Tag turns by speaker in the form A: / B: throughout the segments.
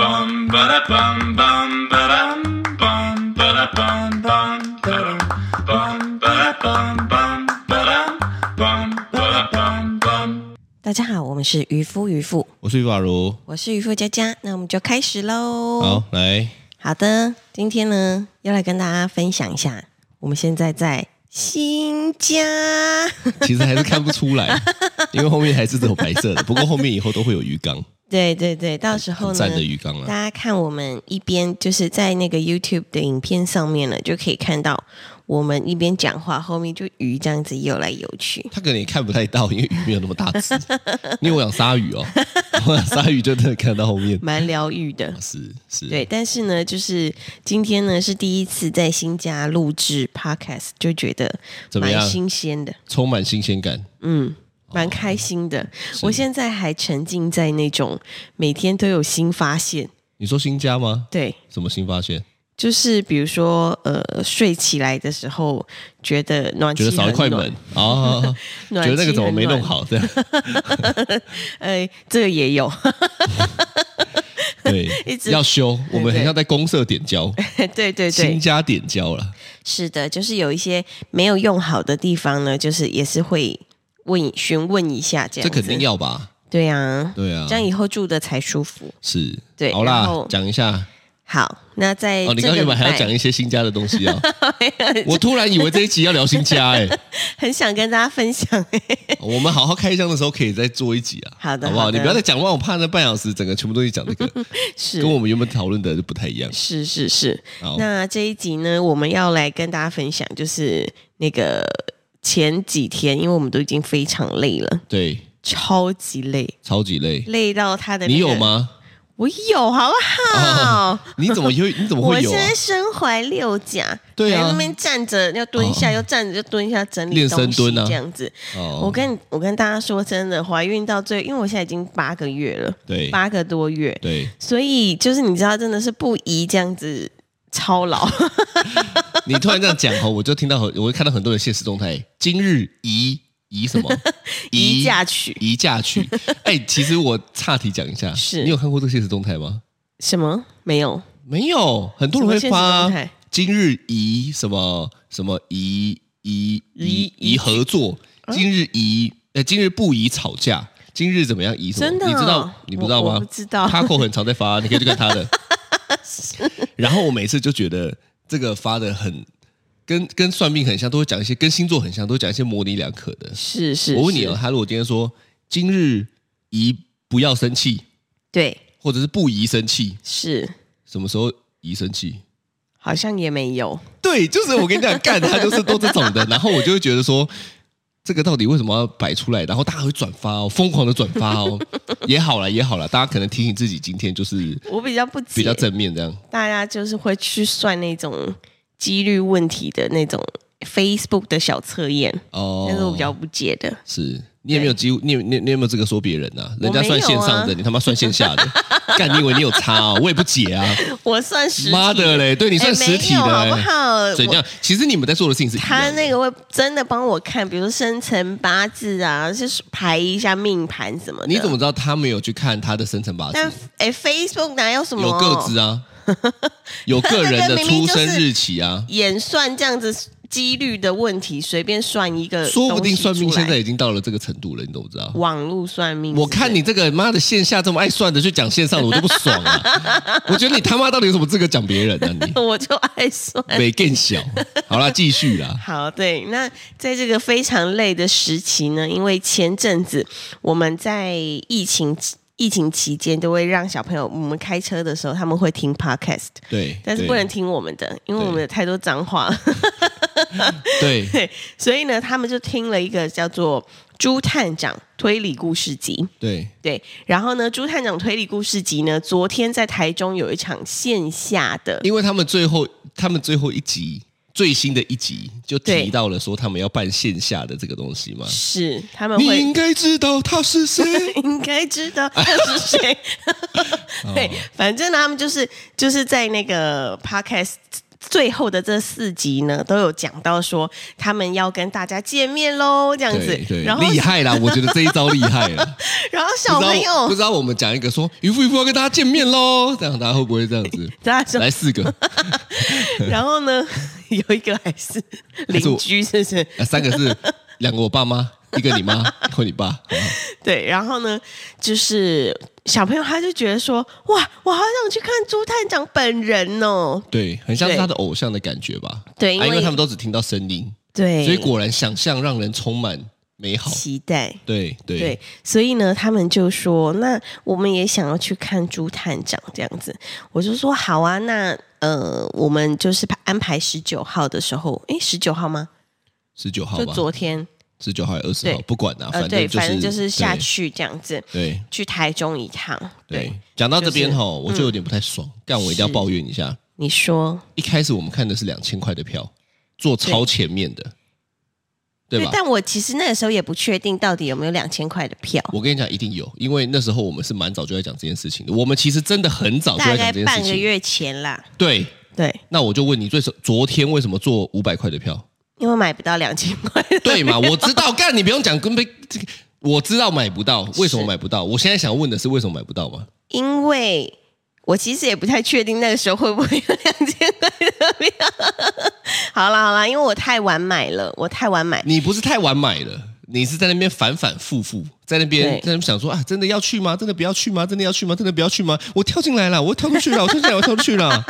A: bum ba da bum bum ba dum bum ba da bum bum ba dum bum ba da bum bum ba dum bum ba da bum bum.
B: 大家好，我们是渔夫渔妇，
C: 我是于法如，
B: 我是渔夫佳佳，那我们就开始喽。
C: 好，来，
B: 好的，今天呢要来跟大家分享一下，我们现在在新家，
C: 其实还是看不出来，因为后面还是只有白色的，不过后面以后都会有鱼缸，
B: 对对对，到时候呢
C: 很赞，的鱼啊缸
B: 大
C: 啦。
B: 家看我们一边就是在那个 YouTube 的影片上面呢，就可以看到我们一边讲话，后面就鱼这样子游来游去。
C: 它可能也看不太到，因为鱼没有那么大 只。因为我养鲨鱼哦，我养鲨鱼就真的看到 后面。
B: 蛮疗愈的，
C: 是是，
B: 对，但是呢，就是今天呢是第一次在新家录制 podcast，就觉得
C: 怎么
B: 蛮
C: 样哦
B: 新鲜的，
C: 充满新鲜感。
B: 嗯，蛮开心的。我现在还沉浸在那种每天都有新发现，
C: 你说新家吗？
B: 对，
C: 什么新发现？
B: 就是比如说呃，睡起来的时候觉得暖气
C: 觉得少一
B: 很
C: 块
B: 暖
C: 门哦，
B: 暖
C: 觉得那个
B: 气
C: 怎么
B: 很
C: 没弄
B: 暖？
C: 好？ 这样
B: 呃，这个也有，
C: 对
B: 一，直
C: 要修，我们很
B: 对
C: 像在公社点交，
B: 对对 对
C: 新，家点交了。
B: 是的，就是有一些没有用好的地方呢，就是也是会问询问一下这样
C: 这
B: 子。
C: 肯定要吧？
B: 对啊，
C: 对啊
B: 这，样以后住的才舒服。
C: 是，
B: 对
C: 好
B: 然
C: 啦
B: 后，
C: 讲一下
B: 好，那在
C: 哦，
B: 哎这
C: 你刚
B: 个
C: 原本还要
B: 礼拜
C: 讲一些新家的东 西啊！我突然以为这一集要聊新家哎、
B: 很想跟大家分 享、
C: 我们好好开箱的时候可以再做一集啊，
B: 好的
C: 好不
B: 好
C: 好？
B: 的
C: 你不要再讲完，我怕那半小时整个全部都是讲这个，
B: 是
C: 跟我们原本讨论的就不太一样。
B: 是是是。
C: 好，
B: 那这一集呢，我们要来跟大家分享，就是那个前几天，因为我们都已经非常累了，
C: 对，
B: 超级累，
C: 超级累，
B: 累到他的、
C: 你有？吗？
B: 我有，好不好？
C: 你怎么有？ 你怎么
B: 我
C: 会有
B: 现
C: 啊？
B: 在身怀六甲，
C: 对啊哦
B: 还在那边站着要蹲下，又站着又蹲下，整理
C: 练
B: 东
C: 深
B: 西
C: 蹲啊
B: 这样子。
C: 哦，
B: 我跟我跟大家说真的，怀孕到最，因为我现在已经八个月了，
C: 对
B: 八个多月，
C: 对，
B: 所以就是你知道，真的是不宜这样子操劳。
C: 你突然这样讲哦，我就听到很，我会看到很多人现实动态，今日宜宜什么
B: 宜嫁娶
C: 宜嫁娶。哎、其实我岔题讲一下，
B: 是
C: 你有看过这个现实动态吗？
B: 什么没有？
C: 没有，很多人会发
B: 什么现实动
C: 啊
B: 态
C: 今日宜什么什么宜宜宜
B: 宜
C: 宜合作，
B: 嗯
C: 今日宜呃今日不宜吵架，今日怎么样宜什么？
B: 真的哦
C: 你知道你不知道
B: 我
C: 吗？
B: 我不知道
C: Taco 很常 在发，啊你可以去看他的。然后我每次就觉得这个发的很跟跟算命很像，都会讲一些跟星座很像，都会讲一些模棱两可的。
B: 是是，
C: 我问你哦，
B: 是，
C: 他如果今天说今日宜不要生气，
B: 对，
C: 或者是不宜生气，
B: 是
C: 什么时候宜生气？
B: 好像也没有。
C: 对，就是我跟你讲，干他就是都这种的，然后我就会觉得说，这个到底为什么要摆出来？然后大家会转发哦，疯狂的转发哦，也好了，也好了，大家可能提醒自己，今天就是
B: 我比较不解，
C: 比较正面这样。
B: 大家就是会去算那种几率问题的那种 Facebook 的小测验，
C: 哦，
B: 那是我比较不解的。
C: 是你也没有机会，你有你你有没有这个说别人啊？人家
B: 我没有啊
C: 算线上的，你他妈算线下的，干你以为你有差啊？我也不解啊，
B: 我算实体
C: 妈的嘞，对你
B: 哎
C: 算实体
B: 没有好
C: 的
B: 不
C: 嘞，
B: 好？
C: 怎样？其实你们在做的事情是一样
B: 他
C: 的
B: 那个会真的帮我看，比如生辰八字啊，是排一下命盘什么的。
C: 你怎么？知道他没有去看他的生辰八字？
B: 但哎，Facebook 哪有什么
C: 有个子啊，
B: 哦
C: 有个人的出生日期啊，
B: 演算这样子几率的问题，随便算一个东西出来，
C: 说不定算命现在已经到了这个程度了，你懂不知道？
B: 网络算命。
C: 我看你这个妈的线下这么爱算的，去讲线上的，我就不爽 啊！我觉得你他妈到底有什么资格讲别人啊？你
B: 我就爱算。
C: 没更小，好啦，继续啦。
B: 好，对，那在这个非常累的时期呢，因为前阵子我们在疫情疫情期间，都会让小朋友我们开车的时候，他们会听 podcast，
C: 对，
B: 但是
C: 对
B: 不能听我们的，因为我们有太多脏话 了，
C: 对
B: 所以呢，他们就听了一个叫做《朱探长推理故事集》。
C: 对
B: 对，然后呢，《朱探长推理故事集》呢，昨天在台中有一场线下的，
C: 因为他们最后他们最后一集最新的一集就
B: 对
C: 提到了说他们要办线下的这个东西嘛。
B: 是他们
C: 你
B: 会。
C: 应该知道他是谁
B: 应该知道他是
C: 哦
B: 谁。对，反正呢，他们就是就是在那个 podcast 最后的这四集呢，都有讲到说他们要跟大家见面喽， 这样子
C: 对。对
B: 然，后，
C: 厉害啦！我觉得这一招厉害了。
B: 然后小朋
C: 不知道不
B: 友，
C: 知道我们讲一个说渔夫渔夫要跟大家见面喽，这样大家会不会这样子？
B: 大家说
C: 来四个，
B: 然后呢， 有一个还是
C: 是
B: 邻
C: 我
B: 居，是不是？
C: 啊三个是两个我爸妈，一个你妈，一个你爸。好
B: 对，然后呢，就是小朋友他就觉得说，哇，我好想去看朱探长本人哦。
C: 对，很像是
B: 对
C: 他的偶像的感觉吧？
B: 对因
C: 啊
B: 为
C: 因为他们都只听到声音，
B: 对，
C: 所以果然想象让人充满美好。
B: 期待。
C: 对对
B: 对，所以呢，他们就说，那我们也想要去看朱探长这样子。我就说好啊，那呃，我们就是安排十九号的时候，诶，十九号吗？
C: 十九号
B: 就
C: 吧，
B: 昨天，
C: 十九号还是二十号
B: 对，
C: 不管啦，
B: 呃，
C: 反
B: 对，
C: 正
B: 反正就是下
C: 对
B: 去这样子，
C: 对
B: 去台中一趟。
C: 对，讲到这边
B: 就是嗯
C: 哈，我就有点不太爽，但我一定要抱怨一下。
B: 你说
C: 一开始我们看的是两千块的票，坐超前面的，对吧？
B: 但我其实那个时候也不确定到底有没有两千块的票，
C: 我跟你讲，一定有，因为那时候我们是蛮早就在讲这件事情的。我们其实真的很早就
B: 大
C: 在哦讲
B: 概
C: 这件
B: 半
C: 事
B: 个
C: 情。
B: 月前啦。
C: 对，
B: 对，
C: 那我就问你，最昨天为什么做五百块 的票？
B: 因为买不到两千块。
C: 对嘛？我知道，干你不用讲，跟被这个我知道买不到，为什么
B: 是
C: 买不到？我现在想问的是为什么买不到嘛？
B: 因为我其实也不太确定那个时候会不会有两千块的票。 好啦好啦，因为我太晚买了，我太晚买。
C: 你不是太晚买了，你是在那边反反复复，在那边
B: 对
C: 在那边想说啊，真的要去吗？真的不要去吗？真的要去吗？真的不要去吗？我跳进来了，我跳出去了，我跳进来，我跳出去 了。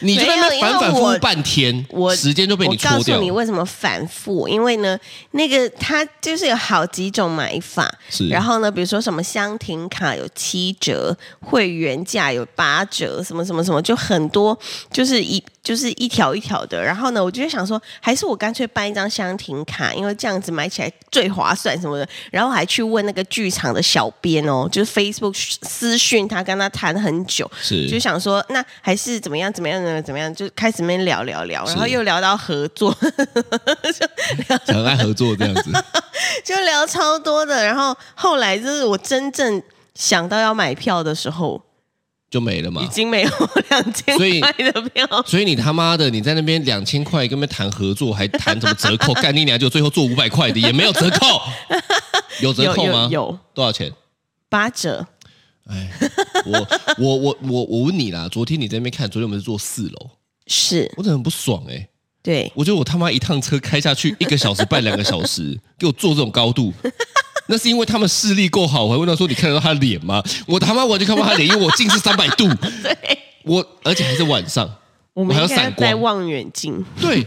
C: 你就在那
B: 没有因为
C: 边反反复
B: 我
C: 复半天，
B: 我
C: 时间就被
B: 我
C: 你
B: 告
C: 戳
B: 诉
C: 掉
B: 你
C: 了。
B: 为什么反复，因为呢，那个它就是有好几种买法，
C: 是
B: 然后呢，比如说什么香亭卡有七折，会员价有八折，什么什么什么，就很多，就是一就是一条一条的。然后呢，我就在想说，还是我干脆办一张香亭卡，因为这样子买起来最划算什么的。然后还去问那个剧场的小编哦，就是 Facebook 私讯他，跟他谈很久，
C: 是
B: 就想说那还是怎么样怎么样怎么样怎么样，就开始那边聊聊聊，然后又聊到合作，
C: 很爱合作这样子，
B: 就聊超多的。然后后来就是我真正想到要买票的时候，
C: 就没了
B: 已
C: 嘛。
B: 经没有两千
C: 所以
B: 块的票。
C: 所以你他妈的，你在那边两千块跟他们谈合作，还谈什么折 扣？干你娘！就最后做五百块的，也没有折扣，有折
B: 有
C: 扣吗
B: 有？有
C: 多少钱？
B: 八折，
C: 哎，我我我我我问你啦，昨天你在那边看，昨天我们是坐四楼，
B: 是
C: 我真的很不爽哎、
B: 对，
C: 我觉得我他妈一趟车开下去一个小时半两个小时， 给我坐这种高度，那是因为他们视力够好。我还问他说：“你看得到他的脸吗？”我他妈完全看不到他的脸，因为我近视三百度，我而且还是晚上。
B: 我们
C: 还
B: 应
C: 有
B: 该
C: 散光
B: 带望远镜，
C: 对，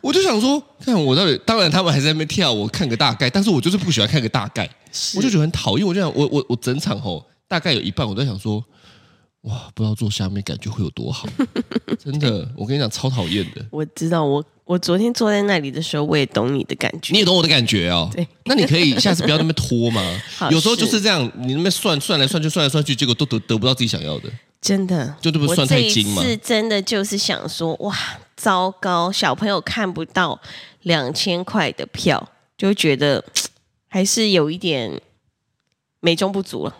C: 我就想说，看我到底，当然他们还是在那边跳，我看个大概，但是我就是不喜欢看个大概，我就觉得很讨厌。我就想，我我我整场吼，大概有一半我都在想说，哇，不知道坐下面感觉会有多好，真的，我跟你讲，超讨厌的。
B: 我知道我我昨天坐在那里的时候，我也懂你的感觉。
C: 你也懂我的感觉哦。
B: 对，
C: 那你可以下次不要那么拖嘛
B: 好。
C: 有时候就是是这样，你那边算算来算去，算来算去，结果都得得不到自己想要的。
B: 真的，
C: 就这不是算太精吗
B: 我这一次真的就是想说，哇，糟糕，小朋友看不到两千块的票，就觉得还是有一点美中不足了。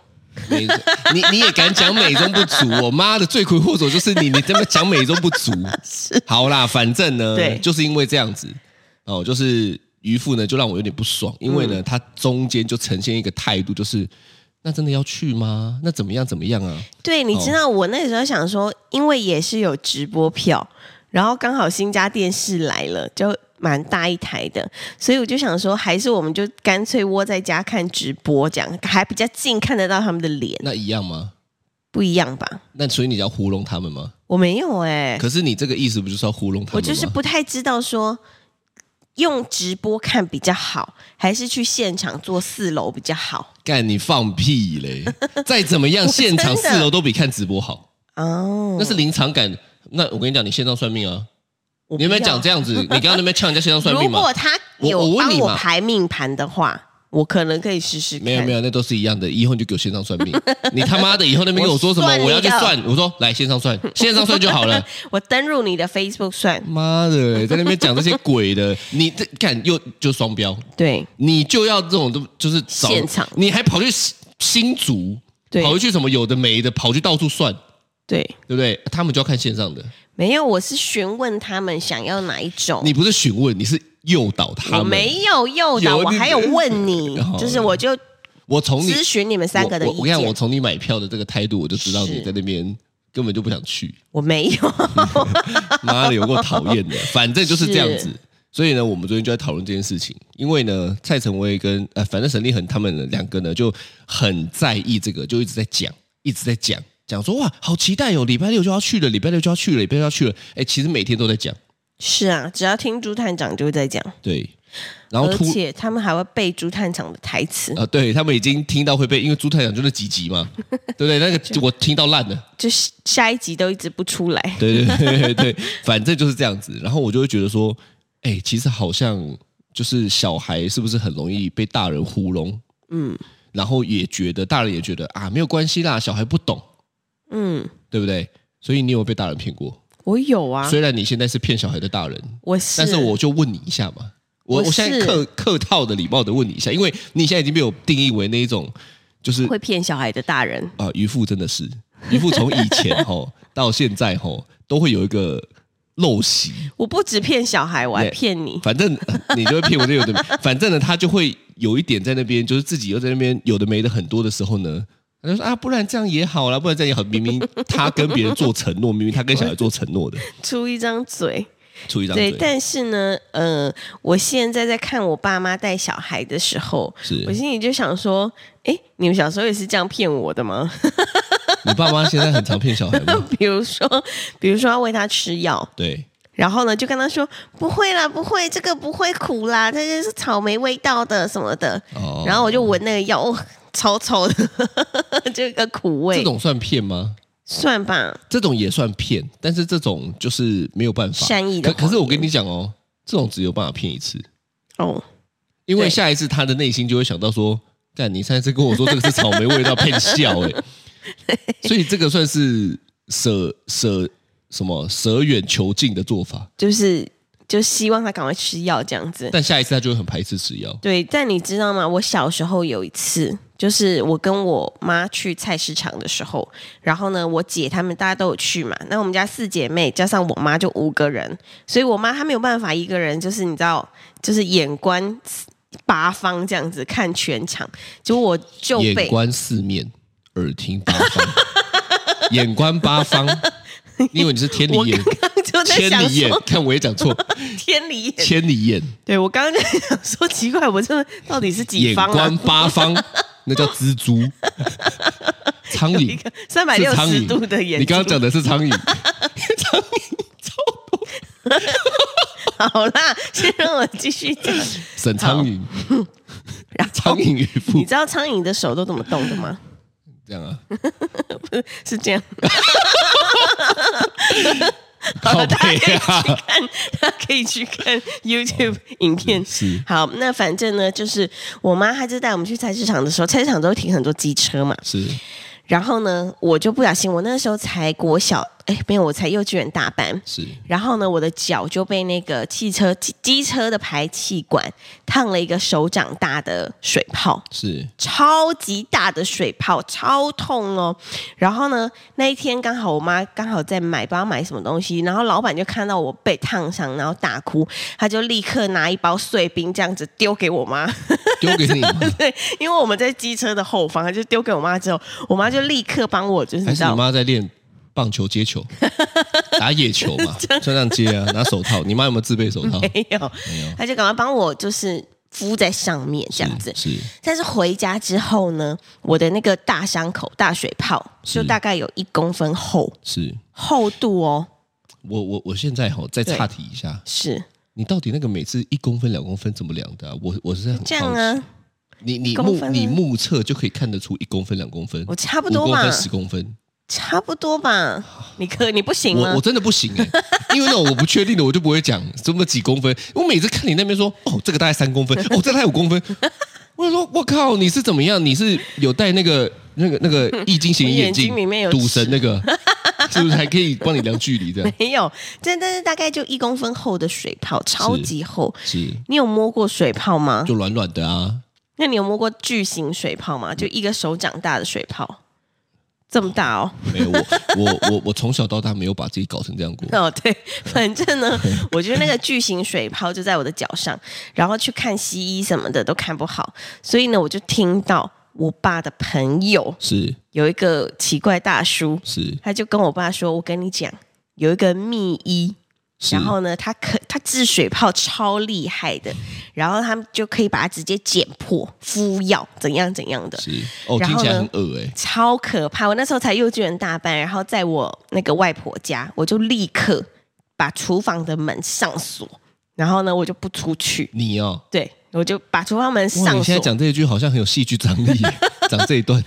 C: 美，你你也敢讲美中不 足？我妈的，罪魁祸首就是你，你这么讲美中不足。好啦，反正呢
B: 对，
C: 就是因为这样子哦，就是渔夫呢，就让我有点不爽，因为呢，
B: 嗯
C: 他中间就呈现一个态度，就是那真的要去吗？那怎么样怎么样啊？
B: 对，你
C: 哦
B: 知道我那时候想说，因为也是有直播票，然后刚好新家电视来了，就蛮大一台的，所以我就想说，还是我们就干脆窝在家看直播，这样还比较近，看得到他们的脸，
C: 那一样吗？
B: 不一样吧？
C: 那所以你要糊弄他们吗？
B: 我没有哎、
C: 可是你这个意思不就是要糊弄他们吗？
B: 我就是不太知道说用直播看比较好，还是去现场坐四楼比较好。
C: 干你放屁嘞！ 再怎么样，
B: 真的
C: 现场四楼都比看直播好，
B: 哦，
C: 那是临场感。那我跟你讲，你线上算命啊，
B: 我
C: 你有没有
B: 不要
C: 讲这样子？你刚刚那边呛人家线上算
B: 如
C: 命
B: 果
C: 嘛？
B: 他
C: 我
B: 有
C: 我问
B: 帮
C: 你
B: 我
C: 嘛
B: 排命盘的话，我可能可以试试看。
C: 没有没有，那都是一样的。以后你就给我线上算命，你他妈的以后那边跟我说什么
B: 我算，一个
C: 我要去算，我说来线上算，线上算就好了。
B: 我登入你的 Facebook 算
C: 妈的，在那边讲这些鬼的，你这干又就双标，
B: 对
C: 你就要这种都就是找
B: 现场
C: 你还跑去新新竹，
B: 对
C: 跑去什么有的没的，跑去到处算，
B: 对，
C: 对不对？他们就要看线上的。
B: 没有，我是询问他们想要哪一种。
C: 你不是询问，你是诱导他们。
B: 我没有诱导，
C: 有
B: 我
C: 你
B: 还有问 你
C: 好，
B: 就是我就
C: 我从你
B: 咨询你们三个的
C: 我我
B: 意
C: 我跟你讲，我
B: 见。
C: 从你买票的这个态度，我就知道
B: 是
C: 你在那边根本就不想 去。
B: 我没有，
C: 妈的，有够讨厌的，反正就是这样子
B: 是。
C: 所以呢，我们昨天就在讨论这件事情，因为呢，蔡成威跟呃，反正沈立恒他们两个呢就很在意这个，就一直在讲，一直在讲，讲说哇，好期待哦，礼拜六就要去了，礼拜六就要去了，礼拜六就要去了。哎，其实每天都在讲，
B: 是啊，只要听朱探长就会在讲，
C: 对。然后
B: 而
C: 突
B: 且他们还会背朱探长的台词，
C: 啊，对他们已经听到会被，因为朱太长就那几 集嘛，对不对？那个我听到烂了。
B: 就是下一集都一直不出来。
C: 对对对对对，反正就是这样子。然后我就会觉得说，哎、其实好像就是小孩是不是很容易被大人糊弄？
B: 嗯
C: 然后也觉得大人也觉得啊，没有关系啦，小孩不懂，
B: 嗯，
C: 对不对？所以你有被大人骗过？
B: 我有啊，
C: 虽然你现在是骗小孩的大人，
B: 我是，
C: 但是我就问你一下嘛，我
B: 我
C: 我现在
B: 是
C: 客客套的礼貌的问你一下，因为你现在已经被我定义为那一种就是
B: 会骗小孩的大人，
C: 啊，渔父真的是渔父，从以前吼到现在吼，都会有一个陋习，
B: 我不只骗小孩，我还
C: 对
B: 骗你。
C: 反正呃你就会骗我这有的没，反正呢，他就会有一点在那边，就是自己又在那边有的没的很多的时候呢，他就说啊，不然这样也好啦，不然这样也好。明明他跟别人做承诺，明明他跟小孩做承诺的，
B: 出一张嘴，
C: 出一张
B: 对，
C: 嘴，
B: 但是呢，呃，我现在在看我爸妈带小孩的时候，
C: 是
B: 我心里就想说，哎，你们小时候也是这样骗我的吗？
C: 你爸妈现在很常骗小孩吗？
B: 比如说，比如说要喂他吃药，
C: 对，
B: 然后呢，就跟他说不会啦，不会，这个不会苦啦，它就是草莓味道的什么的。
C: 哦，
B: 然后我就闻那个药， 哦，超臭的， 这个苦
C: 这
B: 味，
C: 种算骗吗？
B: 算吧，
C: 这种也算骗，但是这种就是没有办法
B: 善意的
C: 可可是
B: 谎
C: 我跟你讲哦，这种只有办法骗一次。
B: 哦，
C: 因为
B: 对
C: 下一次他的内心就会想到说，干，你上一次跟我说这个是草莓味道，骗笑哎、 所以这个算是舍舍什么舍远求近的做法，
B: 就是就希望他赶快吃药这样子。
C: 但下一次他就会很排斥吃药。
B: 对，但你知道吗？我小时候有一次，就是我跟我妈去菜市场的时候，然后呢，我姐她们大家都有去嘛。那我们家四姐妹加上我妈就五个人，所以我妈她没有办法一个人，就是你知道，就是眼观八方这样子看全场，结果我就
C: 眼
B: 被
C: 观四面，耳听八 方，眼观八方。你以为你是天理
B: 我
C: 眼
B: 刚、刚 就在
C: 千
B: 想
C: 里眼
B: 说？
C: 看我也讲 错，
B: 天理眼，
C: 千里眼，
B: 对我刚刚就想说奇怪，我这到底是几
C: 眼
B: 方啊
C: 观？八方，那叫蜘蛛，苍
B: 一
C: 蝇。
B: 个三百六
C: 是苍
B: 十
C: 蝇
B: 度的眼睛，
C: 你刚刚讲的是苍蝇，
B: 好啦，先让我继续 讲。
C: 沈苍蝇，
B: 然后
C: 苍蝇与
B: 你
C: 妇，
B: 知道苍蝇的手都怎么动的吗？
C: 这样啊，
B: 是这样，
C: 靠背
B: 大
C: 啊，
B: 大家可以去看 YouTube 影片。
C: 是
B: 好，那反正呢，就是我妈她就带我们去菜市场的时候，菜市场都会停很多机车嘛。
C: 是，
B: 然后呢，我就不小心，我那时候才国小，哎，没有，我才幼稚园大班。
C: 是
B: 然后呢，我的脚就被那个汽车机机车的排气管烫了一个手掌大的水泡。
C: 是
B: 超级大的水泡，超痛哦。然后呢，那一天刚好我妈刚好在买，不知道买什么东西，然后老板就看到我被烫伤，然后大哭，他就立刻拿一包碎冰这样子丢给我妈，
C: 丢给你吗，
B: 对，因为我们在机车的后方，他就丢给我妈之后，我妈就立刻帮我，就是
C: 还
B: 你
C: 是
B: 知
C: 你
B: 道。
C: 妈在练棒球 接球，打野球嘛，穿上接啊，拿手套，你妈有没有自备手套？
B: 没有，他就赶快帮我就是敷在上面这样子。
C: 是
B: 但是回家之后呢，我的那个大伤口、大水泡就是大概有一公分厚
C: 是，
B: 厚度哦，
C: 我我我现在哈再岔题一下，
B: 是。
C: 你到底那个每次一公分两公分怎么量的啊？我我是很好
B: 这样
C: 奇，
B: 啊，
C: 你你
B: 公
C: 目
B: 分啊
C: 你目测就可以看得出一公分两公分，
B: 我差不
C: 五
B: 多
C: 公
B: 吧
C: 分，十公分。
B: 差不多吧。你可你不行啊
C: 我
B: 吗
C: 我？真的不行哎、 因为那种我不确定的，我就不会讲这么几公分。我每次看你那边说，哦，这个大概三公分，哦，这个大概五 公分，我就说，我靠，你是怎么样？你是有戴那个那个那个易经型眼
B: 我眼睛
C: 镜，
B: 里面有
C: 赌神那个，是不是还可以帮你量距离的？
B: 没有，真但是大概就一公分厚的水泡，超级厚。
C: 是，
B: 你有摸过水泡吗？
C: 就软软的啊，
B: 那你有摸过巨型水泡吗？就一个手掌大的水泡，这么大哦。
C: 没有我我我我从小到大没有把自己搞成这 样过。
B: 哦，对，反正呢，我觉得那个巨型水泡就在我的脚上，然后去看西医什么的都看不好，所以呢，我就听到我爸的朋友
C: 是
B: 有一个奇怪大叔，
C: 是
B: 他就跟我爸说：“我跟你讲，有一个秘医，
C: 是，
B: 然后呢，他可他治水泡超厉害的，然后他们就可以把它直接剪破敷药，怎样怎样的。”
C: 是哦，
B: 然
C: 听
B: 后
C: 起来很
B: 呢
C: 恶哎、
B: 超可怕！我那时候才幼稚园大班，然后在我那个外婆家，我就立刻把厨房的门上锁，然后呢，我就不出去。
C: 你哦，
B: 对，我就把厨房门
C: 哇，
B: 上
C: 你现在
B: 锁，
C: 讲这一句好像很有戏剧张力耶，讲这一段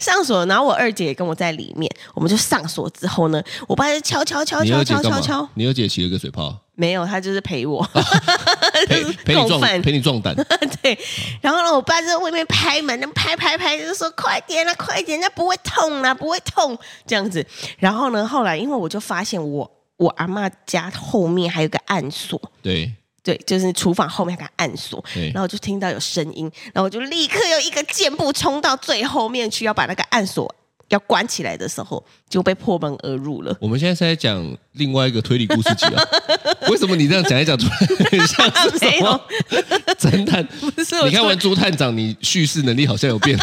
B: 上锁。然后我二姐也跟我在里面，我们就上锁之后呢，我爸就敲敲敲
C: 你
B: 敲
C: 二姐
B: 哦敲
C: 干
B: 敲
C: 嘛
B: 敲，？
C: 你二姐骑了个水泡，
B: 没有，他就是陪我，
C: 陪陪你
B: 共
C: 壮
B: 犯
C: 陪你壮 胆，
B: 对。然后呢，我爸就在外面拍门，那拍拍拍，就说快点啦、快点，那不会痛啦、啊不会痛这样子。然后呢，后来因为我就发现我我阿嬷家后面还有个暗锁，
C: 对
B: 对，就是厨房后面还有个暗锁。
C: 对
B: 然，后我就听到有声音，然后我就立刻又一个箭步冲到最后面去，要把那个暗锁要关起来的时候，就被破门而入了。
C: 我们现在是在讲另外一个推理故事集 啊，为什么你这样讲一讲突然很像是
B: 没
C: 什
B: 有
C: 么， 侦探？
B: 不是我
C: 你看
B: 突
C: 完
B: 然
C: 《朱探长》，你叙事能力好像有 变，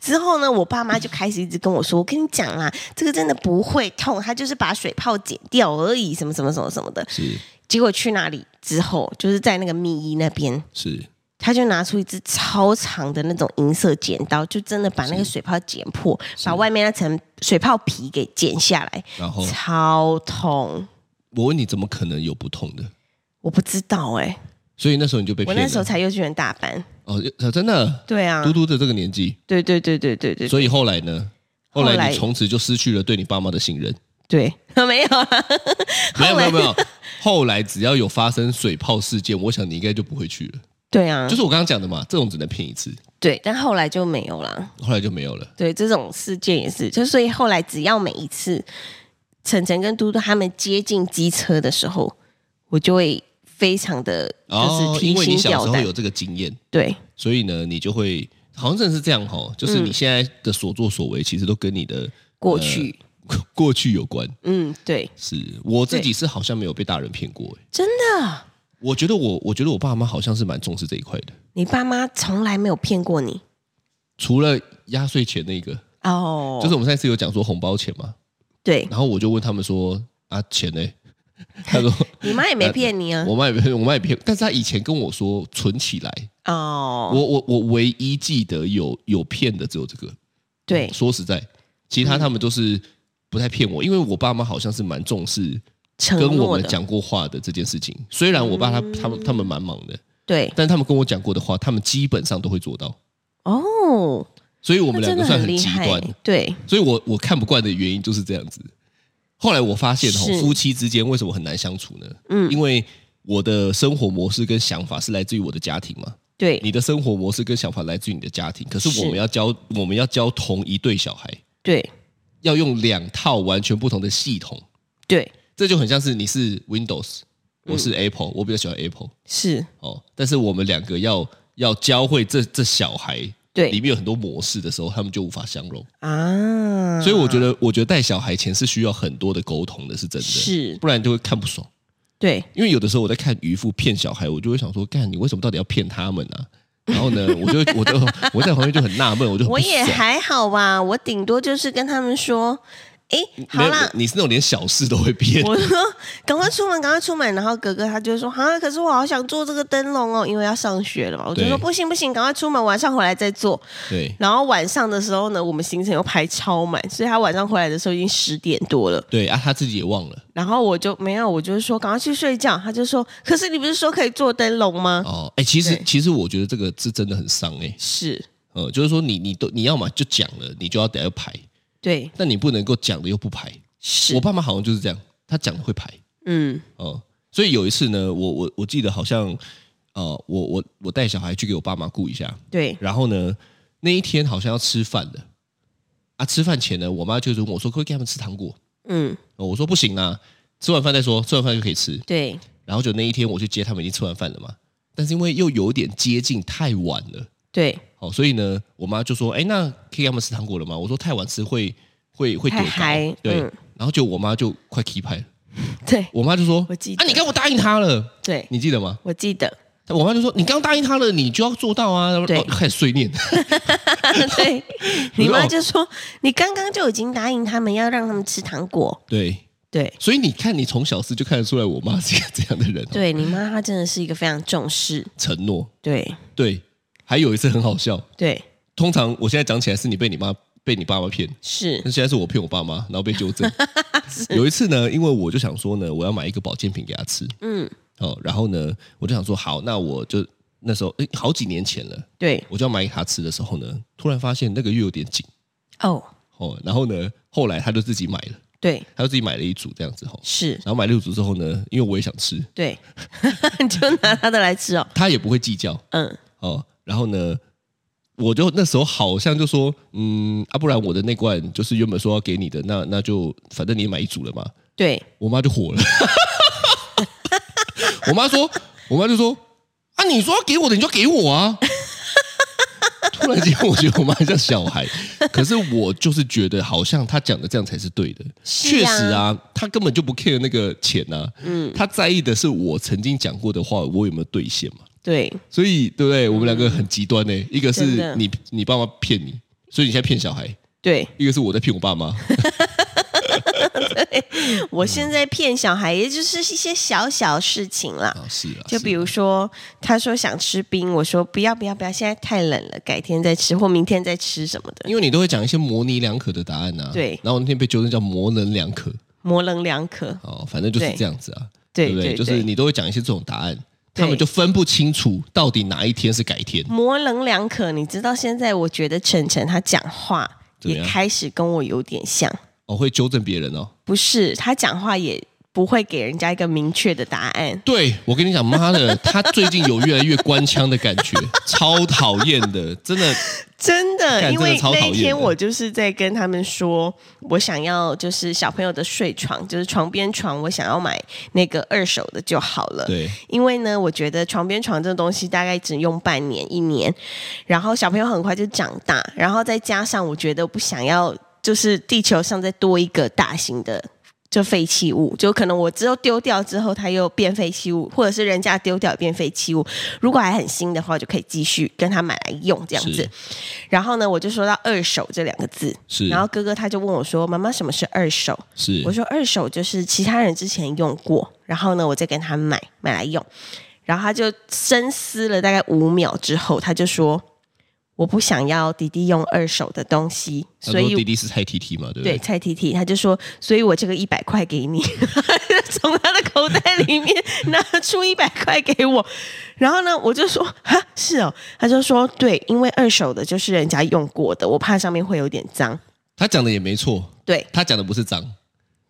B: 之后呢，我爸妈就开始一直跟我说：“我跟你讲啦，这个真的不会痛，它就是把水泡剪掉而已，什么什么什么什么的。
C: 是”
B: 结果去那里之后，就是在那个秘医那边，
C: 是
B: 他就拿出一支超长的那种银色剪刀，就真的把那个水泡剪破，把外面那层水泡皮给剪下来，
C: 然后
B: 超痛。
C: 我问你，怎么可能有不痛的？
B: 我不知道哎、
C: 所以那时候你就被
B: 我
C: 骗了。
B: 那时候才幼稚园大班。
C: 哦，真的，
B: 对啊
C: 嘟，嘟的这个年纪，
B: 对对对对对对
C: 所以后来呢？后
B: 后
C: 来
B: 来
C: 你从此就失去了对你爸妈的信任。
B: 对， 没有啊啦。
C: 没有
B: 后
C: 没
B: 来
C: 有没有，后来只要有发生水泡事件，我想你应该就不会去了。
B: 对啊，
C: 就是我刚刚讲的嘛，这种只能骗一次，
B: 对，但后来就没有啦。
C: 后来就没有了。
B: 对，这种事件也是，就所以后来只要每一次晨晨跟嘟嘟他们接近机车的时候，我就会非常的就
C: 哦
B: 是，提
C: 因为你
B: 心
C: 小
B: 吊
C: 时候
B: 胆。
C: 有这个经验，
B: 对
C: 所以呢，你就会好像真的是这样吼，就是你现在的所作所为，其实都跟你的呃
B: 过去，
C: 过去有关。
B: 嗯，对，
C: 是我自己是好像没有被大人骗过、欸，
B: 真的，
C: 我觉得我我觉得我爸妈好像是蛮重视这一块的，
B: 你爸妈从来没有骗过你
C: 除了压岁钱那个，
B: 哦。
C: 就是我们上次有讲说红包钱嘛，
B: 对
C: 然后我就问他们说啊钱呢？ 他说
B: 你妈也
C: 呃
B: 没骗你啊。
C: 我妈也骗，我妈也骗，但是她以前跟我说存起来，
B: 哦，
C: 我我我唯一记得有有骗的只有这个。
B: 对
C: 说实在，其他他们都是不太骗我，因为我爸妈好像是蛮重视
B: 承
C: 跟我
B: 诺
C: 们
B: 的，嗯
C: 讲过话的这件事情。虽然我爸他他们他们蛮忙的，
B: 对
C: 但他们跟我讲过的话，他们基本上都会做到。
B: 哦，
C: 所以我
B: 我
C: 们两个算很极端，
B: 对
C: 所以我我看不惯的原因就是这样子。后来我发现哦
B: 是，
C: 夫妻之间为什么很难相处呢？嗯，因为我的生活模式跟想法是来自于我的家庭嘛，
B: 对
C: 你的生活模式跟想法来自于你的家庭，可是
B: 是
C: 我们要教我们要教同一对小孩，
B: 对
C: 要用两套完全不同的系统，
B: 对
C: 这就很像是你是 Windows，我
B: 嗯
C: 是 Apple，、我比较喜欢 Apple
B: 是，
C: 哦，但是我们两个要要教会这这小孩。
B: 对
C: 里面有很多模式的时候，他们就无法相容。
B: 啊，
C: 所以我觉得，我觉得带小孩前是需要很多的沟通的，是真的，
B: 是
C: 不然就会看不爽。
B: 对
C: 因为有的时候我在看渔夫骗小孩，我就会想说，干你为什么到底要骗他们啊？然后呢，我就我就我在旁边就很纳闷，我就很不
B: 我也
C: 爽
B: 还好吧，我顶多就是跟他们说，诶，
C: 没
B: 好
C: 有
B: 啦，
C: 你是那种连小事都会骗，
B: 我说赶快出门，赶快出门。然后哥哥他就说，啊，可是我好想做这个灯笼哦，因为要上学了嘛。我就
C: 对
B: 说不行不行，赶快出门，晚上回来再做。
C: 对
B: 然后晚上的时候呢，我们行程又排超满，所以他晚上回来的时候已经十点多了。
C: 对啊，他自己也忘了
B: 然后我就没有，我就是说赶快去睡觉。他就说，可是你不是说可以做灯笼吗？
C: 哦。哎、其实
B: 对
C: 其实我觉得这个是真的很伤哎、
B: 是，
C: 呃，就是说你你都你要嘛就讲了，你就要得要排，
B: 对，
C: 但你不能够讲的又不排。
B: 是
C: 我，爸妈好像就是这样，他讲的会排，
B: 嗯，
C: 哦，所以有一次呢，我我我记得好像，呃，我我我带小孩去给我爸妈顾一下，
B: 对，
C: 然后呢，那一天好像要吃饭了，啊，吃饭前呢，我妈就是问我说，可不可以给他们吃糖果？
B: 嗯，
C: 哦我说不行啊，吃完饭再说，吃完饭就可以吃。
B: 对，
C: 然后就那一天我去接他们已经吃完饭了嘛，但是因为又有点接近太晚了，
B: 对，
C: 好，所以呢，我妈就说：“哎，那可以给他们吃糖果了吗？”我说：“太晚吃会会会
B: 太
C: 跌
B: 嗨
C: 倒。”对
B: 嗯，
C: 然后就我妈就快 k 拍了，
B: 对
C: 我妈就说：“
B: 我记
C: 啊，
B: 得
C: 你刚我答应他了，
B: 对，
C: 你记得吗
B: 我记得，？”
C: 我妈就说：“你刚答应他了，你就要做到啊！”然
B: 对
C: 后开始碎念，
B: 对，你
C: 我说
B: 妈
C: 哦
B: 就说你刚刚就已经答应他们要让他们吃糖果，
C: 对，
B: 对，
C: 所以你看，你从小事就看得出来，我妈是一个这样的人、哦，
B: 对你妈她真的是一个非常重视，
C: 承诺。
B: 对
C: 对，还有一次很好笑，
B: 对
C: 通常我现在讲起来是你被你妈被你爸妈骗，
B: 是
C: 那现在是我骗我爸妈，然后被纠正。有一次呢，因为我就想说呢，我要买一个保健品给他吃，
B: 嗯
C: 哦，然后呢，我就想说，好，那我就那时候，哎，好几年前了，
B: 对
C: 我就要买给他吃的时候呢，突然发现那个月有点紧，
B: 哦
C: 哦，然后呢，后来他就自己买了，
B: 对
C: 他就自己买了一组这样子，哦，
B: 是
C: 然后买了一组之后呢，因为我也想吃，
B: 对， 你就拿她的来吃哦，
C: 他也不会计较，
B: 嗯
C: 哦，然后呢，我就那时候好像就说，嗯，啊，不然我的那罐就是原本说要给你的，那那就反正你也买一组了嘛。
B: 对
C: 我妈就火了， 我妈说，我妈就说，啊，你说要给我的，你就给我啊。突然间，我觉得我妈像小孩，可是我就是觉得好像她讲的这样才是对的。
B: 是
C: 确
B: 啊
C: 实啊，她根本就不 care 那个钱啊，嗯，她在意的是我曾经讲过的话，我有没有兑现嘛。
B: 对
C: 所以对不对？我们两个很极端呢、一个
B: 真的
C: 是你你爸妈骗你，所以你现在骗小孩；
B: 对，
C: 一个是我在骗我爸妈。
B: 我现在骗小孩也就是一些小小事情啦，
C: 啊，是啊，
B: 就是比如说，他说想吃冰，我说不要不要不要，现在太冷了，改天再吃或明天再吃什么的，
C: 因为你都会讲一些模棱两可的答案啊。
B: 对
C: 然后那天被纠正叫模棱两可
B: 模棱两可。
C: 哦，反正就是
B: 对
C: 这样子啊，
B: 对
C: 不
B: 对，
C: 就是
B: 对
C: 你都会讲一些这种答案，他
B: 对嗯
C: 们就分不清楚到底哪一天是改天。
B: 模棱两可。你知道现在我觉得晨晨他讲话
C: 怎么
B: 也
C: 样
B: 开始跟我有点像，
C: 哦，会纠正别人哦。
B: 不是他讲话也不会给人家一个明确的答案。
C: 对，我跟你讲，妈的，他最近有越来越官腔的感 觉，超讨厌的，真的。
B: 真的，
C: 干
B: 因为
C: 真的超讨
B: 那
C: 厌的
B: 一天我就是在跟他们说，我想要就是小朋友的睡床，就是床边床，我想要买那个二手的就好了。
C: 对，
B: 因为呢，我觉得床边床这种东西大概只用半年一年，然后小朋友很快就长大，然后再加上我觉得我不想要，就是地球上再多一个大型的。就废弃物，就可能我之后丢掉之后，它又变废弃物，或者是人家丢掉也变废弃物。如果还很新的话，我就可以继续跟他买来用这样子
C: 是。
B: 然后呢，我就说到二手这两个字，
C: 是
B: 然后哥哥他就问我说：“妈妈，什么是二手？”
C: 是
B: 我说二手就是其他人之前用过，然后呢，我再跟他买买来用。然后他就深思了大概五秒之后，他就说：“我不想要弟弟用二手的东西，
C: 他
B: 所
C: 说弟
B: 以
C: 弟是蔡 T T 嘛，对不
B: 对蔡 T T，他就说，所以我这个一百块给你， 从他的口袋里面拿出一百块给我。然后呢，我就说哈是哦，他就说对，因为二手的就是人家用过的，我怕上面会有点脏。
C: 他讲的也没错，
B: 对，
C: 他讲的不是脏，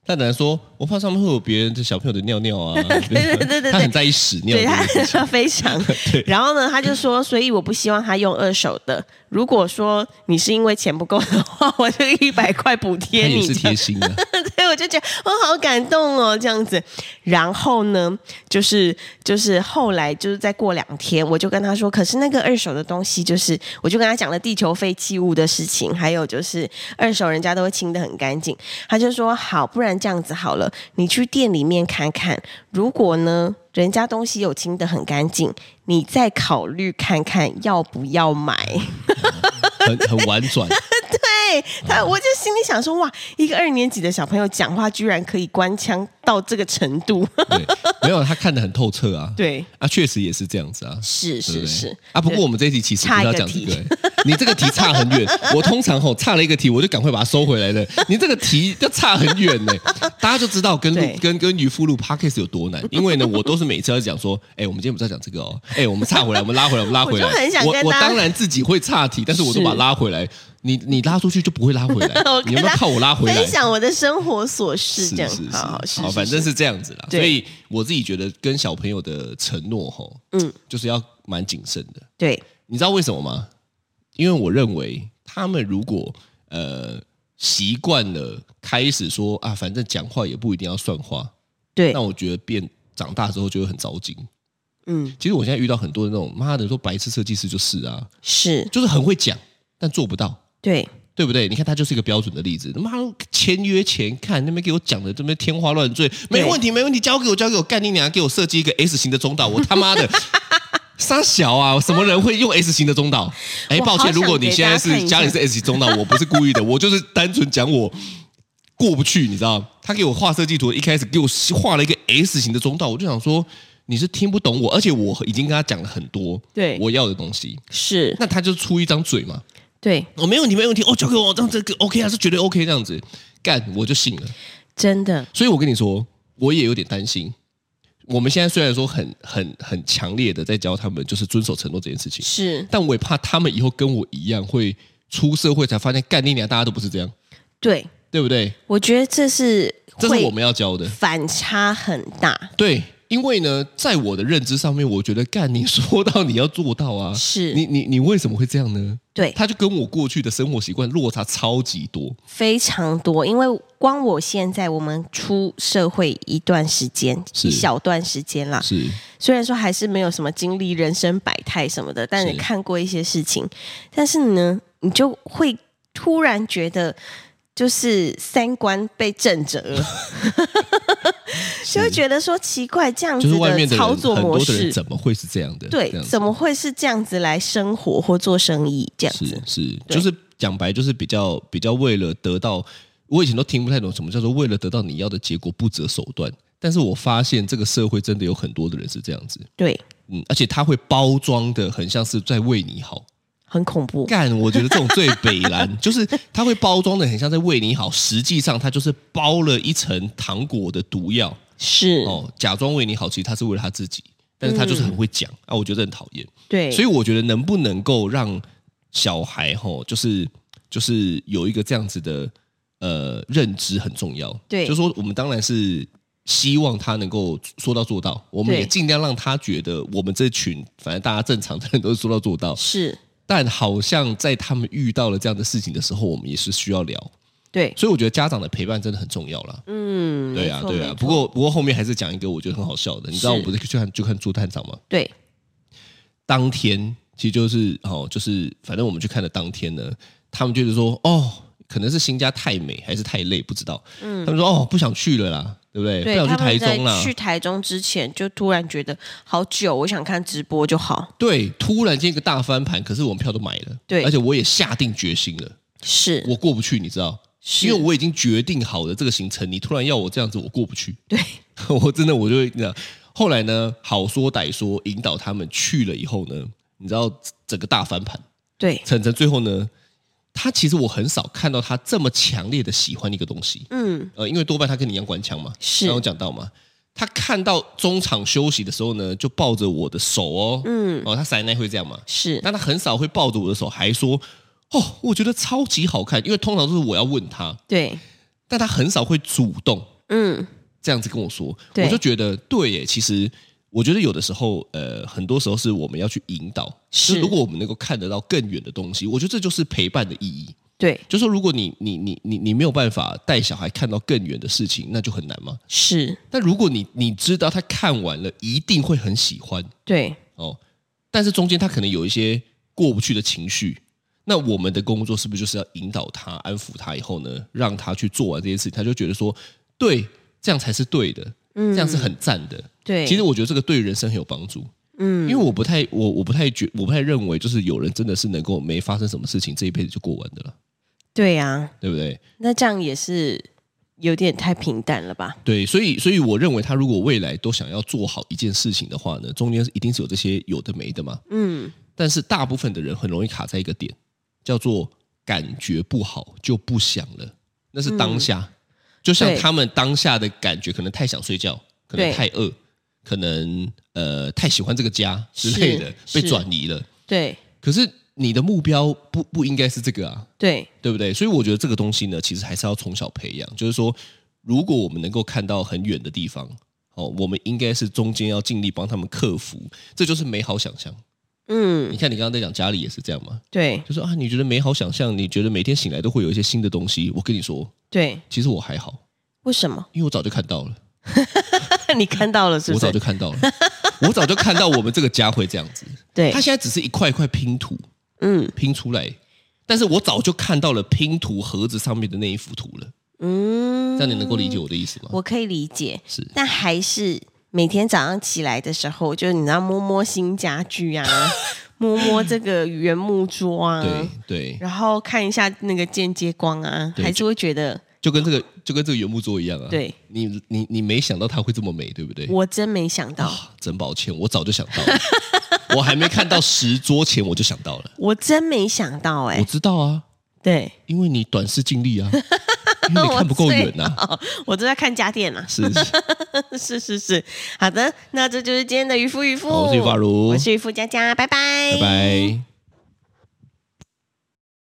C: 他等然说，我怕上面会有别人的小朋友的尿尿啊，对
B: 对对对对
C: 他很在意屎尿
B: 对
C: 这
B: 他
C: 件事情，
B: 他非常。然后呢，他就说，所以我不希望他用二手的。如果说你是因为钱不够的话，我就一百块补贴
C: 他也
B: 你
C: 是
B: 这样
C: 贴。心的，
B: 对，我就觉得我、哦好感动哦，这样子。然后呢，就是就是后来就是再过两天，我就跟他说，可是那个二手的东西，就是我就跟他讲了地球废弃物的事情，还有就是二手人家都会清的很干净。他就说好，不然这样子好了，你去店里面看看，如果呢人家东西有清的很干净，你再考虑看看要不要买。
C: 很很婉 转，
B: 对他，我就心里想说，哇，一个二年级的小朋友讲话居然可以官腔到这个程度，
C: 对，没有他看得很透彻啊，
B: 对，
C: 啊，确实也是这样子啊。
B: 是
C: 对不
B: 是
C: 对
B: 是，
C: 啊！不过
B: 对
C: 我们这一题其实不是要讲
B: 差
C: 这
B: 一个
C: 个，你这个题差很远。我通常吼差了一个题，我就赶快把它收回来了。你这个题要差很远呢、大家就知道跟
B: 对
C: 录跟跟渔夫录 podcast 有多难。因为呢，我都是每次要讲说，哎、我们今天不是要讲这个哦，哎、我们岔回来，我们拉回来，我们拉回来。
B: 我就很想
C: 我
B: 跟
C: 我
B: 大家
C: 当然自己会岔题，但是我都把它
B: 是
C: 拉回来。你你拉出去就不会拉回 来
B: 我，
C: 你有没
B: 跟
C: 有
B: 他
C: 靠我拉回来？
B: 分享我的生活琐事，
C: 是
B: 这样
C: 是是，
B: 好好是，
C: 好，
B: 是
C: 反正是这样子啦。
B: 对
C: 所以我自己觉得跟小朋友的承诺吼，
B: 嗯
C: 嗯，就是要蛮谨慎的。
B: 对
C: 你知道为什么吗？因为我认为他们如果呃习惯了开始说啊，反正讲话也不一定要算话，
B: 对
C: 那我觉得变长大之后就会很糟心。
B: 嗯，
C: 其实我现在遇到很多的那种妈的说白痴设计师就是啊，
B: 是
C: 就是很会讲，但做不到。
B: 对，
C: 对不对？你看他就是一个标准的例子。他妈签约前看那边给我讲的这边天花乱坠，没问题，没问题，交给我，交给我，干你娘，给我设计一个 S 型的中岛，我 他妈的傻小啊！什么人会用 S 型的中岛？哎，
B: 我好
C: 抱
B: 想
C: 歉，如果你现
B: 给大家
C: 在是
B: 看一下
C: 家里是 S 型中岛，我不是故意的，我就是单纯讲我。过不去，你知道？他给我画设计图，一开始给我画了一个 S 型的中道，我就想说你是听不懂我，而且我已经跟他讲了很多
B: 对
C: 我要的东西，
B: 是，
C: 那他就出一张嘴嘛，
B: 对，
C: 我、没问题，没问题，哦，交给我，这样这个 OK 啊，是绝对 OK 这样子，干我就信了。
B: 真的，
C: 所以我跟你说，我也有点担心。我们现在虽然说很很很强烈的在教他们就是遵守承诺这件事情，
B: 是
C: 但我也怕他们以后跟我一样，会出社会才发现干你娘，大家都不是这样，
B: 对，
C: 对不对？
B: 我觉得这是
C: 这是
B: 会
C: 我们要教的。
B: 反差很大，
C: 对，因为呢，在我的认知上面，我觉得干你说到你要做到啊，
B: 是
C: 你你你为什么会这样呢？
B: 对，
C: 他就跟我过去的生活习惯落差超级多，
B: 非常多，因为光我现在我们出社会一段时间，
C: 是
B: 一小段时间啦，
C: 是
B: 虽然说还是没有什么经历人生百态什么的，但
C: 是
B: 你看过一些事情，但是呢，你就会突然觉得。就是三观被震折了，就会觉得说奇怪，这样
C: 就
B: 子
C: 是外面的人
B: 操作
C: 很
B: 模
C: 多的
B: 式
C: 人怎么会是这样的？
B: 对
C: 这，样子
B: 怎么会是这样子来生活或做生意这样
C: 是
B: 子？
C: 是，
B: 对
C: 就是讲白，就是比较比较为了得到，我以前都听不太懂什么叫做为了得到你要的结果不择手段。但是我发现这个社会真的有很多的人是这样子，
B: 对，
C: 嗯，而且他会包装的很像是在为你好。
B: 很恐怖。
C: 干，我觉得这种最北 蓝，就是他会包装的很像在为你好，实际上他就是包了一层糖果的毒药。
B: 是，
C: 哦，假装为你好，其实他是为了他自己，但是他就是很会讲、啊，我觉得很讨厌。
B: 对，
C: 所
B: 以
C: 以我觉得能不能够让小孩吼，就是就是有一个这样子的呃认知很重要。
B: 对
C: 就说我们当然是希望他能够说到做到，我们
B: 对
C: 也尽量让他觉得我们这群反正大家正常的人都是说到做到。
B: 是
C: 但好像在他们遇到了这样的事情的时候，我们也是需要聊。
B: 对，
C: 所以我觉得家长的陪伴真的很重要啦。
B: 嗯，
C: 啊对啊
B: 没，错
C: 对
B: 没
C: 啊。
B: 错
C: 不过不过后面还是讲一个我觉得很好笑的，你知道
B: 是
C: 我不是去看就看朱探长吗？
B: 对
C: 当天，其实就是哦，就是反正我们去看的当天呢，他们就是说哦，可能是新家太美还是太累，不知道。嗯，他们说哦，不想去了啦，对不对？
B: 对，
C: 不想去
B: 他
C: 台
B: 们在
C: 中啦。
B: 去台中之前，就突然觉得好久，我想看直播就好。
C: 对，突然间一个大翻盘，可是我们票都买了，
B: 对
C: 而且我也下定决心了，
B: 是，
C: 我过不去，你知道，
B: 是
C: 因为我已经决定好了这个行程，你突然要我这样子，我过不去，
B: 对
C: 我真的我就会那样。后来呢，好说歹说，引导他们去了以后呢，你知道整个大翻盘，
B: 对，
C: 晨晨最后呢，他其实我很少看到他这么强烈的喜欢一个东西，
B: 嗯，
C: 呃，因为多半他跟你一样官腔嘛，
B: 是
C: 刚刚有讲到嘛。他看到中场休息的时候呢，就抱着我的手哦，嗯，哦，他奶奶会这样嘛，
B: 是，
C: 但他很少会抱着我的手，还说哦，我觉得超级好看，因为通常都是我要问他，
B: 对，
C: 但他很少会主动
B: 嗯，
C: 这样子跟我说，
B: 对
C: 我就觉得对耶，其实我觉得有的时候，呃，很多时候是我们要去引导，
B: 是
C: 就如果我们能够看得到更远的东西，我觉得这就是陪伴的意义。
B: 对，
C: 就说如果你你你你你没有办法带小孩看到更远的事情，那就很难嘛。
B: 是，
C: 但如果你你知道他看完了一定会很喜欢
B: 对，
C: 哦，但是中间他可能有一些过不去的情绪，那我们的工作是不是就是要引导他、安抚他以后呢，让他去做完这件事情，他就觉得说，对，这样才是对的，
B: 嗯
C: 这样是很赞的。
B: 对，
C: 其实我觉得这个对人生很有帮助，因
B: 嗯
C: 为，我不太我我不太觉我不太认为就是有人真的是能够没发生什么事情这一辈子就过完的了，
B: 对啊，
C: 对不对？
B: 那这样也是有点太平淡了吧？
C: 对，所以所以我认为他如果未来都想要做好一件事情的话呢，中间一定是有这些有的没的嘛。
B: 嗯，
C: 但是大部分的人很容易卡在一个点，叫做感觉不好就不想了，那是当下。就像
B: 嗯对
C: 他们当下的感觉，可能太想睡觉，可能
B: 对
C: 太饿，可能呃太喜欢这个家之类的，
B: 是
C: 被
B: 是
C: 转移了。
B: 对，
C: 可是你的目标不不应该是这个啊，
B: 对，
C: 对不对？所以我觉得这个东西呢，其实还是要从小培养。就是说，如果我们能够看到很远的地方，哦，我们应该是中间要尽力帮他们克服，这就是美好想象。
B: 嗯
C: 你，看，你刚刚在讲家里也是这样嘛，
B: 对，
C: 就说啊，你觉得美好想象，你觉得每天醒来都会有一些新的东西。我跟你说，
B: 对，
C: 其实我还好，
B: 为什么？
C: 因为我早就看到了，
B: 你看到了是不
C: 我早
B: 是？
C: 就看到了。我早就看到我们这个家会这样子，
B: 对
C: 它，现在只是一块一块拼图
B: 嗯
C: 拼出来，但是我早就看到了拼图盒子上面的那一幅图了，
B: 嗯，
C: 这样你能够理解我的意思吗？
B: 我可以理解，
C: 是
B: 但还是每天早上起来的时候，就是你知道摸摸新家具 啊，摸摸这个原木桌啊，
C: 对对，
B: 然后看一下那个间接光啊，
C: 对
B: 还是会觉得
C: 就跟这个就跟这个原木桌一样啊。
B: 对，
C: 你你你没想到它会这么美，对不对？
B: 我真没想到，
C: 啊，真抱歉，我早就想到了，我还没看到十桌前我就想到了。
B: 我真没想到 哎、
C: 我知道啊，
B: 对，
C: 因为你短视近利啊，因为你看不 够远呐、啊。
B: 哦，我都在看家电啊，
C: 是，是
B: 是是是，好的，那这就是今天的渔夫渔夫，
C: 好我是渔夫阿如
B: 我是渔夫佳佳，拜拜，
C: 拜拜。